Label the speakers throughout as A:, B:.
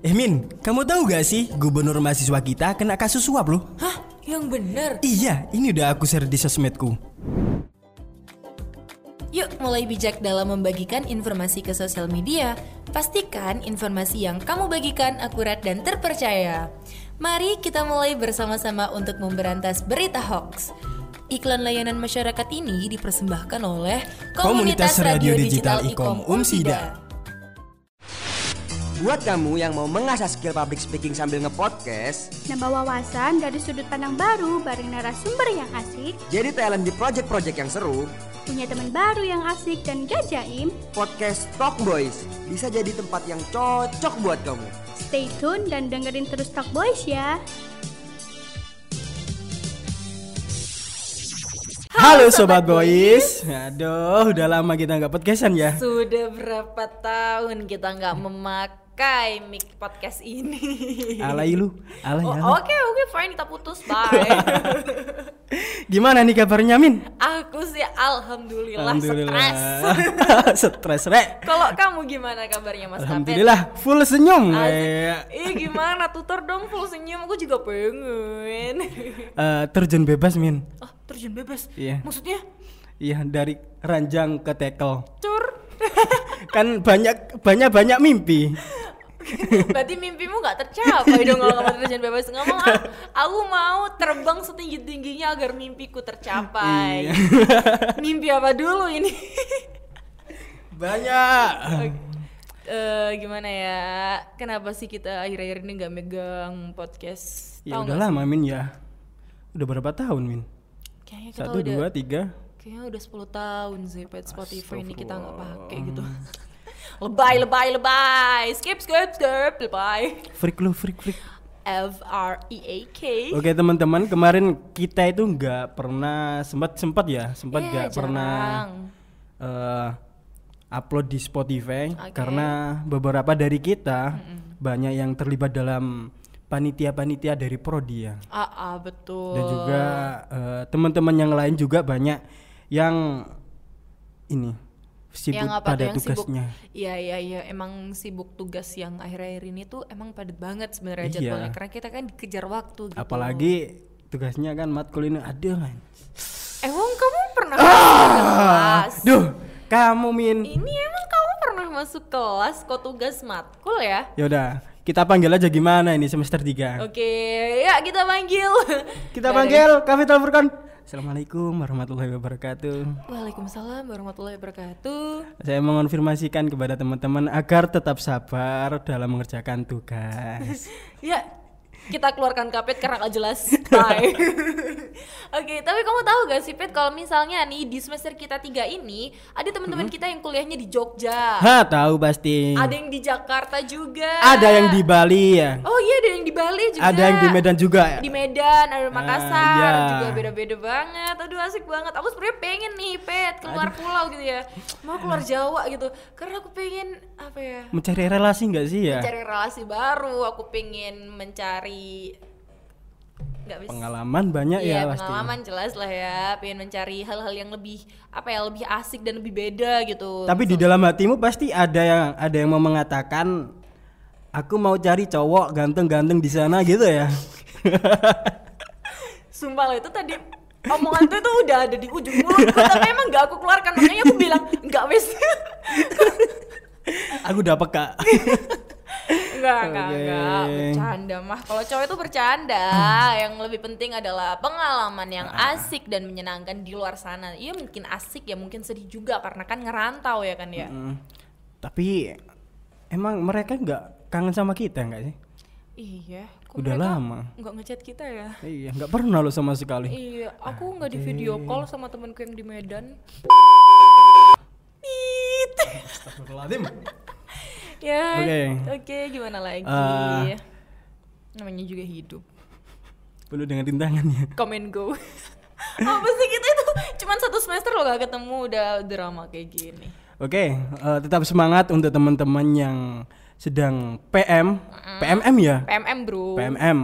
A: Eh Min, kamu tahu gak sih gubernur mahasiswa kita kena kasus suap loh?
B: Hah? Yang bener?
A: Iya, ini udah aku share di sosmedku.
B: Yuk mulai bijak dalam membagikan informasi ke sosial media. Pastikan informasi yang kamu bagikan akurat dan terpercaya. Mari kita mulai bersama-sama untuk memberantas berita hoax. Iklan layanan masyarakat ini dipersembahkan oleh
A: Komunitas Radio Digital Ikom Umsida.
C: Buat kamu yang mau mengasah skill public speaking sambil ngepodcast,
D: Nambah wawasan dari sudut pandang baru bareng narasumber yang asik,
C: jadi talent di project-project yang seru,
D: punya teman baru yang asik dan gajaim,
C: podcast Talk Boys bisa jadi tempat yang cocok buat kamu.
D: stay tune dan dengerin terus Talk Boys ya.
A: Halo Sobat Boys. Aduh, udah lama kita nggak podcastan ya.
B: Sudah berapa tahun kita nggak memakai mic podcast ini?
A: Alay lu, alay,
B: Oh, Oke
A: alay.
B: oke fine kita putus bye.
A: Gimana nih kabarnya Min?
B: Aku sih alhamdulillah, stres.
A: stres rek.
B: Kalau kamu gimana kabarnya Mas Kapet?
A: Alhamdulillah, full senyum. Eh,
B: Asik. Ih gimana tutor dong full senyum aku juga pengen.
A: eh, terjun bebas Min.
B: Ah terjun bebas.
A: Iya.
B: Maksudnya
A: Iya, dari ranjang ke tekel.
B: cur.
A: Kan banyak banyak banyak mimpi.
B: Berarti mimpimu nggak tercapai dong kalau kamu terjun bebas ngomong ah, aku mau terbang setinggi tingginya agar mimpiku
A: Iya.
B: tercapai. Mimpi apa dulu ini?
A: Banyak.
B: Eh gimana ya? Kenapa sih kita akhir-akhir ini nggak megang podcast?
A: Ya
B: Tahu
A: udah
B: nggak?
A: lama Min ya. Udah berapa tahun Min?
B: Kayaknya kita
A: Satu,
B: udah
A: dua, tiga.
B: Kayaknya udah 10 tahun sih pet Spotify ini kita nggak pakai gitu.
A: Hmm.
B: lebay, lebay, lebay. Skip, skip, skip, lebay.
A: Freak lu, freak, freak.
B: F R E A K.
A: Oke teman-teman, kemarin kita itu nggak pernah sempat sempat ya, sempat
B: Iya,
A: nggak pernah
B: jarang.
A: eh, upload di Spotify
B: Oke.
A: karena beberapa dari kita banyak yang terlibat dalam panitia-panitia dari prodi ya,
B: Ah, ah, betul.
A: dan juga eh, teman-teman yang lain juga banyak yang ini sibuk
B: yang apa tuh,
A: pada
B: yang
A: tugasnya.
B: sibuk. Iya, iya, iya. Emang sibuk tugas yang akhir-akhir ini tuh emang padat banget sebenarnya
A: Iya.
B: jadwalnya karena kita kan dikejar waktu gitu.
A: Apalagi tugasnya kan matkul ini aduh. man.
B: Eh, Wong, kamu pernah masuk kelas?
A: Ah! Duh, kamu Min.
B: Ini emang kamu pernah masuk kelas kok tugas matkul ya?
A: Yaudah, kita panggil aja gimana ini semester 3
B: Oke, ya kita panggil.
A: Kita panggil Kavital Furkon Assalamualaikum warahmatullahi wabarakatuh
B: Waalaikumsalam warahmatullahi wabarakatuh.
A: Saya mengonfirmasikan kepada teman-teman agar tetap sabar dalam mengerjakan tugas
B: Ya, kita keluarkan kapet karena gak jelas. Bye. Oke, tapi kamu tahu gak sih Pet kalau misalnya nih di semester kita tiga ini ada teman-teman
A: Mm-hmm.
B: kita yang kuliahnya di Jogja,
A: Ha, tahu pasti
B: ada yang di Jakarta juga.
A: Ada yang di Bali ya
B: Oh iya, ada yang di Bali juga.
A: Ada yang di Medan juga ya?
B: Di Medan, ada di
A: Iya. Ah,
B: Makassar,
A: iya.
B: juga beda-beda banget. Aduh asik banget. Aku sebenarnya pengen nih, Pet, keluar pulau gitu ya. Mau keluar Jawa gitu. Karena aku pengen apa ya?
A: Mencari relasi nggak sih ya?
B: Mencari relasi baru, aku pengen mencari nggak bisa.
A: Pengalaman banyak
B: Iya,
A: ya pasti
B: pengalaman jelas lah ya. Pengen mencari hal-hal yang lebih apa ya, lebih asik dan lebih beda gitu.
A: Tapi di dalam hatimu pasti ada yang ada yang mau mengatakan Aku mau cari cowok ganteng-ganteng di sana gitu ya
B: Sumpah lo itu tadi omongan tuh itu udah ada di ujung mulutku tapi emang nggak aku keluarkan makanya aku bilang nggak wes
A: Aku udah peka
B: nggak nggak
A: Oke.
B: nggak bercanda mah kalau cowok itu bercanda
A: Hmm.
B: yang lebih penting adalah pengalaman yang
A: Nah.
B: asik dan menyenangkan di luar sana iya mungkin asik ya mungkin sedih juga karena kan ngerantau ya kan ya
A: Mm. Tapi emang mereka nggak kangen sama kita nggak sih?
B: iya kok
A: Udah
B: mereka
A: lama. Eh,
B: nggak ngechat kita ya
A: Iya, nggak pernah lo sama sekali.
B: iya aku nggak di video call sama temanku yang di Medan Tit. ya
A: Oke.
B: oke gimana lagi
A: Ah.
B: namanya juga hidup
A: Perlu dengan rintangannya.
B: come and go apa sih kita itu cuman satu semester loh gak ketemu udah drama kayak gini
A: Oke, eh, tetap semangat untuk teman-teman yang sedang PM, PMM ya,
B: PMM bro
A: PMM,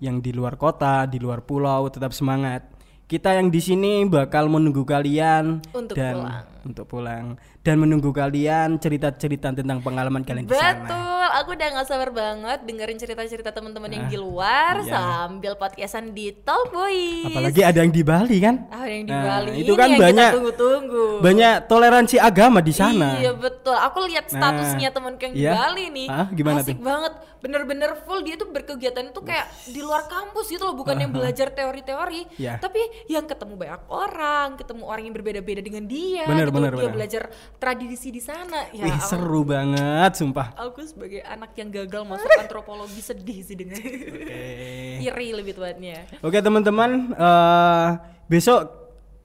A: yang di luar kota, di luar pulau, tetap semangat. Kita yang di sini bakal menunggu kalian
B: Untuk
A: dan
B: pulang.
A: untuk pulang dan menunggu kalian cerita-cerita tentang pengalaman kalian di sana.
B: Betul, aku udah gak sabar banget dengerin cerita-cerita teman-teman yang di
A: Ah,
B: luar sambil podcastan di Tall Boys.
A: iya. Apalagi ada yang di Bali kan?
B: Ah, yang di
A: Nah,
B: Bali
A: itu
B: ini
A: kan
B: yang kita
A: banyak-
B: tunggu-tunggu.
A: Banyak toleransi agama di sana.
B: Iya betul. Aku lihat statusnya
A: Nah,
B: temen yang
A: iya.
B: di Bali nih.
A: Hah, gimana
B: Asik
A: tuh?
B: banget. Bener-bener full dia tuh berkegiatan tuh kayak di luar kampus gitu loh, bukan yang belajar teori-teori,
A: Iya.
B: tapi yang ketemu banyak orang, ketemu orang yang berbeda-beda dengan dia.
A: Bener,
B: gitu.
A: bener,
B: dia
A: bener.
B: belajar tradisi di sana. Ya,
A: Wih,
B: aku-
A: seru banget sumpah.
B: Aku sebagai anak yang gagal masuk antropologi sedih sih dengan iri lebih tepatnya.
A: Oke teman-teman, eh, besok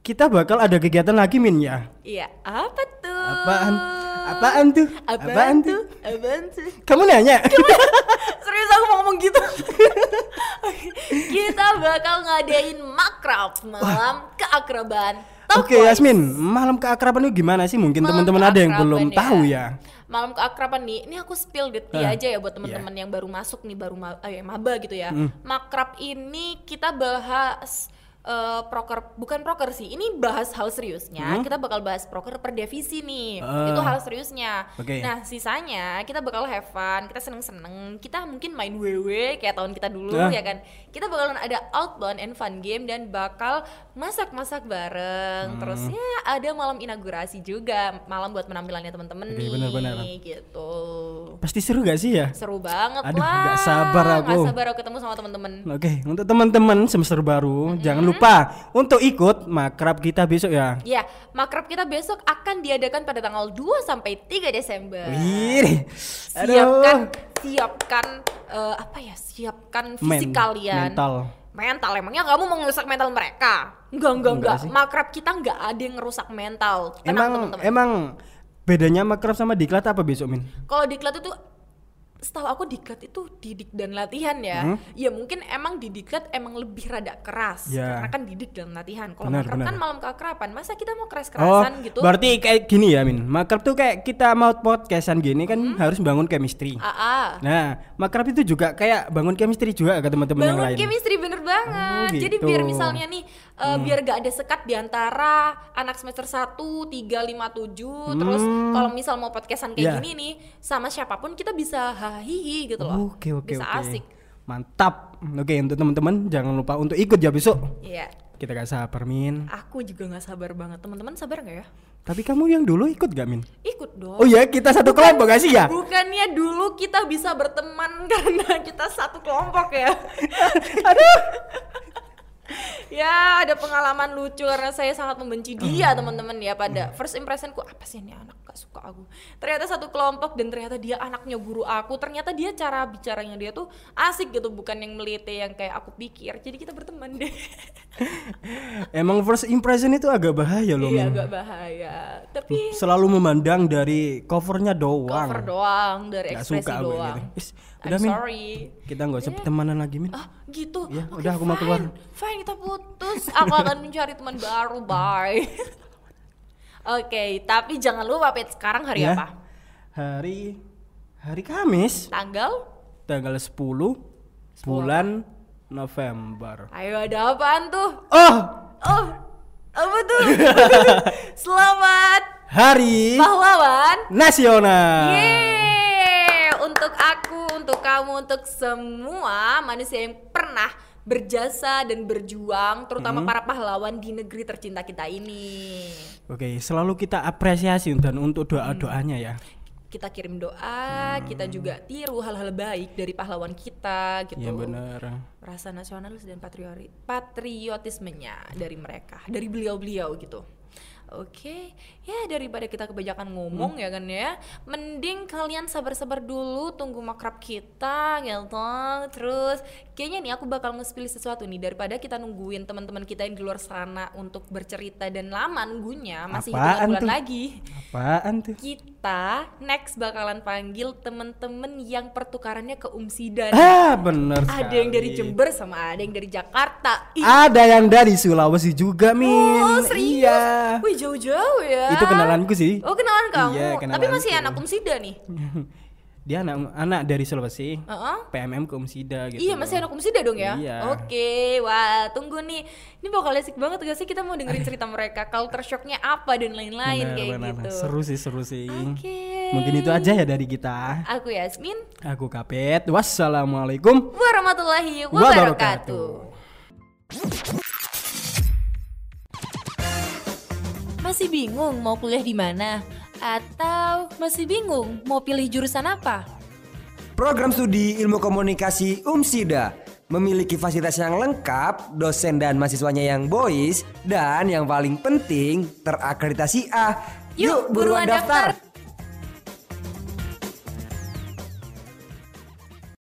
A: kita bakal ada kegiatan lagi Min ya.
B: Iya, apa tuh?
A: Apaan? Apaan tuh?
B: Apaan, tuh? Apaan tuh?
A: Kamu nanya?
B: Serius aku mau ngomong gitu. Oke, Kita bakal ngadain makrab malam keakrabaan. Talk
A: Oke
B: Boys.
A: Yasmin, malam keakraban itu gimana sih? Mungkin
B: Malam
A: teman-teman ada yang
B: keakraban
A: belum tahu ya.
B: Malam keakraban nih, ini aku spill detail
A: Ah,
B: aja ya buat teman-teman yang baru masuk nih, baru ma eh, maba gitu ya.
A: Hmm.
B: Makrab ini kita bahas eh, proker bukan proker sih. Ini bahas hal seriusnya. Kita bakal bahas proker per divisi nih.
A: Hmm? Ah.
B: Itu hal seriusnya.
A: Oke.
B: Nah, sisanya kita bakal have fun, kita seneng-seneng, kita mungkin main WW kayak tahun kita dulu
A: Ah.
B: ya kan. Kita bakalan ada outbound and fun game dan bakal masak-masak bareng.
A: Hmm.
B: Terus ya ada malam inaugurasi juga, malam buat penampilannya temen-temen
A: Oke,
B: nih
A: benar-benar.
B: gitu.
A: Pasti seru gak sih ya?
B: Seru banget
A: Aduh,
B: lah.
A: nggak sabar aku.
B: Gak sabar aku ketemu sama temen-temen.
A: Oke, untuk teman-teman semester baru jangan lupa untuk ikut makrab kita besok ya.
B: Ya, makrab kita besok akan diadakan pada tanggal 2 sampai 3 Desember.
A: Wih, aduh.
B: siapkan siapkan eh, apa ya siapkan
A: Men-
B: fisik kalian
A: mental.
B: mental emangnya kamu mau ngerusak mental mereka enggak enggak enggak, makrab kita enggak ada yang ngerusak mental Tenang,
A: Emang
B: teman-teman.
A: emang bedanya makrab sama diklat apa besok Min?
B: kalau diklat itu setahu aku diklat itu didik dan latihan ya
A: Hmm?
B: ya mungkin emang di diklat emang lebih rada keras
A: Ya.
B: karena kan didik dan latihan kalau
A: Benar,
B: makrab
A: benar.
B: kan malam keakraban masa kita mau keras kerasan
A: Oh,
B: gitu
A: berarti kayak gini ya Min. Makrab tuh kayak kita mau podcastan gini kan harus bangun chemistry.
B: Ah. Aa.
A: Nah, makrab itu juga kayak bangun chemistry juga ke teman-teman yang
B: bangun
A: lain.
B: chemistry bener banget.
A: Oh, gitu. Hmm.
B: Jadi biar misalnya nih eh, biar gak ada sekat di antara anak semester 1, 3, 5, 7 terus kalau misal mau podcastan
A: Hmm. Ya.
B: kayak gini nih sama siapapun kita bisa hahihi gitu loh.
A: Oke, oke,
B: bisa
A: oke.
B: asik.
A: Mantap. Oke, untuk teman-teman jangan lupa untuk ikut ya besok.
B: Iya.
A: Kita gak sabar Min.
B: Aku juga nggak sabar banget. Teman-teman sabar nggak ya?
A: Tapi kamu yang dulu ikut gak Min?
B: Ikut dong.
A: Oh iya, kita satu kelompok gak sih ya?
B: Bukannya dulu kita bisa berteman karena kita satu kelompok ya? ya ada pengalaman lucu karena saya sangat membenci dia
A: Hmm.
B: teman-teman ya pada first impressionku apa sih ini anak gak suka aku ternyata satu kelompok dan ternyata dia anaknya guru aku ternyata dia cara bicaranya dia tuh asik gitu bukan yang melete yang kayak aku pikir jadi kita berteman deh
A: Emang first impression itu agak bahaya loh
B: iya
A: Min.
B: agak bahaya tapi
A: Selalu memandang dari covernya doang.
B: cover doang dari
A: Gak
B: ekspresi
A: suka aku yang
B: doang
A: gitu. Is,
B: I'm
A: udah, Min.
B: sorry
A: Kita gak
B: Iya.
A: usah pertemanan lagi Min.
B: ah gitu
A: Ya,
B: Oke,
A: udah, aku mau
B: fine.
A: keluar.
B: fine kita putus aku akan mencari teman baru bye oke tapi jangan lupa Pit sekarang hari
A: Ya.
B: apa
A: Hari hari Kamis
B: tanggal
A: tanggal 10 bulan November.
B: ayo ada apaan tuh
A: Oh,
B: oh apa tuh selamat
A: hari
B: pahlawan
A: nasional.
B: Yeay! Untuk aku, untuk kamu, untuk semua manusia yang pernah berjasa dan berjuang, terutama
A: Mm-hmm.
B: para pahlawan di negeri tercinta kita ini.
A: Oke, selalu kita apresiasi dan untuk doa-doanya ya.
B: Kita kirim doa, kita juga tiru hal-hal baik dari pahlawan kita gitu.
A: Hmm. Iya benar.
B: Rasa nasionalis dan patriori- patriotismenya dari mereka, dari beliau-beliau gitu. Oke, ya daripada kita kebanyakan
A: Hmm.
B: ngomong ya kan ya, mending kalian sabar-sabar dulu tunggu makrab kita gitu. Terus kayaknya nih aku bakal nge-spill sesuatu nih daripada kita nungguin teman-teman kita yang di luar sana untuk bercerita dan lama nunggunya masih
A: Apaan
B: hitungan bulan
A: tuh?
B: lagi
A: Apaan tuh?
B: kita next bakalan panggil temen-temen yang pertukarannya ke Umsida nih.
A: Ah, benar.
B: ada yang dari Jember sama ada yang dari Jakarta Ih,
A: Ada yang dari Sulawesi juga, Min.
B: oh, serius?
A: Iya.
B: Wih jauh-jauh ya
A: Itu kenalanku sih.
B: oh kenalan kamu
A: Iya,
B: tapi
A: kenalanku.
B: masih anak Umsida nih
A: dia anak anak dari Sulawesi
B: Heeh.
A: PMM Komsida gitu
B: Iya masih anak komisi dong ya.
A: Iya.
B: Oke, wah tunggu nih. Ini bakal asik banget gak sih kita mau dengerin cerita mereka, culture shocknya apa dan
A: Benar,
B: lain-lain kayak
A: benar.
B: gitu.
A: seru sih seru sih
B: Oke.
A: mungkin itu aja ya dari kita
B: Aku Yasmin.
A: aku Kapet wassalamualaikum
B: Warahmatullahi wabarakatuh. Masih bingung mau kuliah di mana? Atau masih bingung mau pilih jurusan apa?
C: Program studi Ilmu Komunikasi UMSIDA memiliki fasilitas yang lengkap, dosen dan mahasiswanya
A: ah.
C: yang boys, dan yang paling penting terakreditasi A.
B: Yuk, buruan daftar.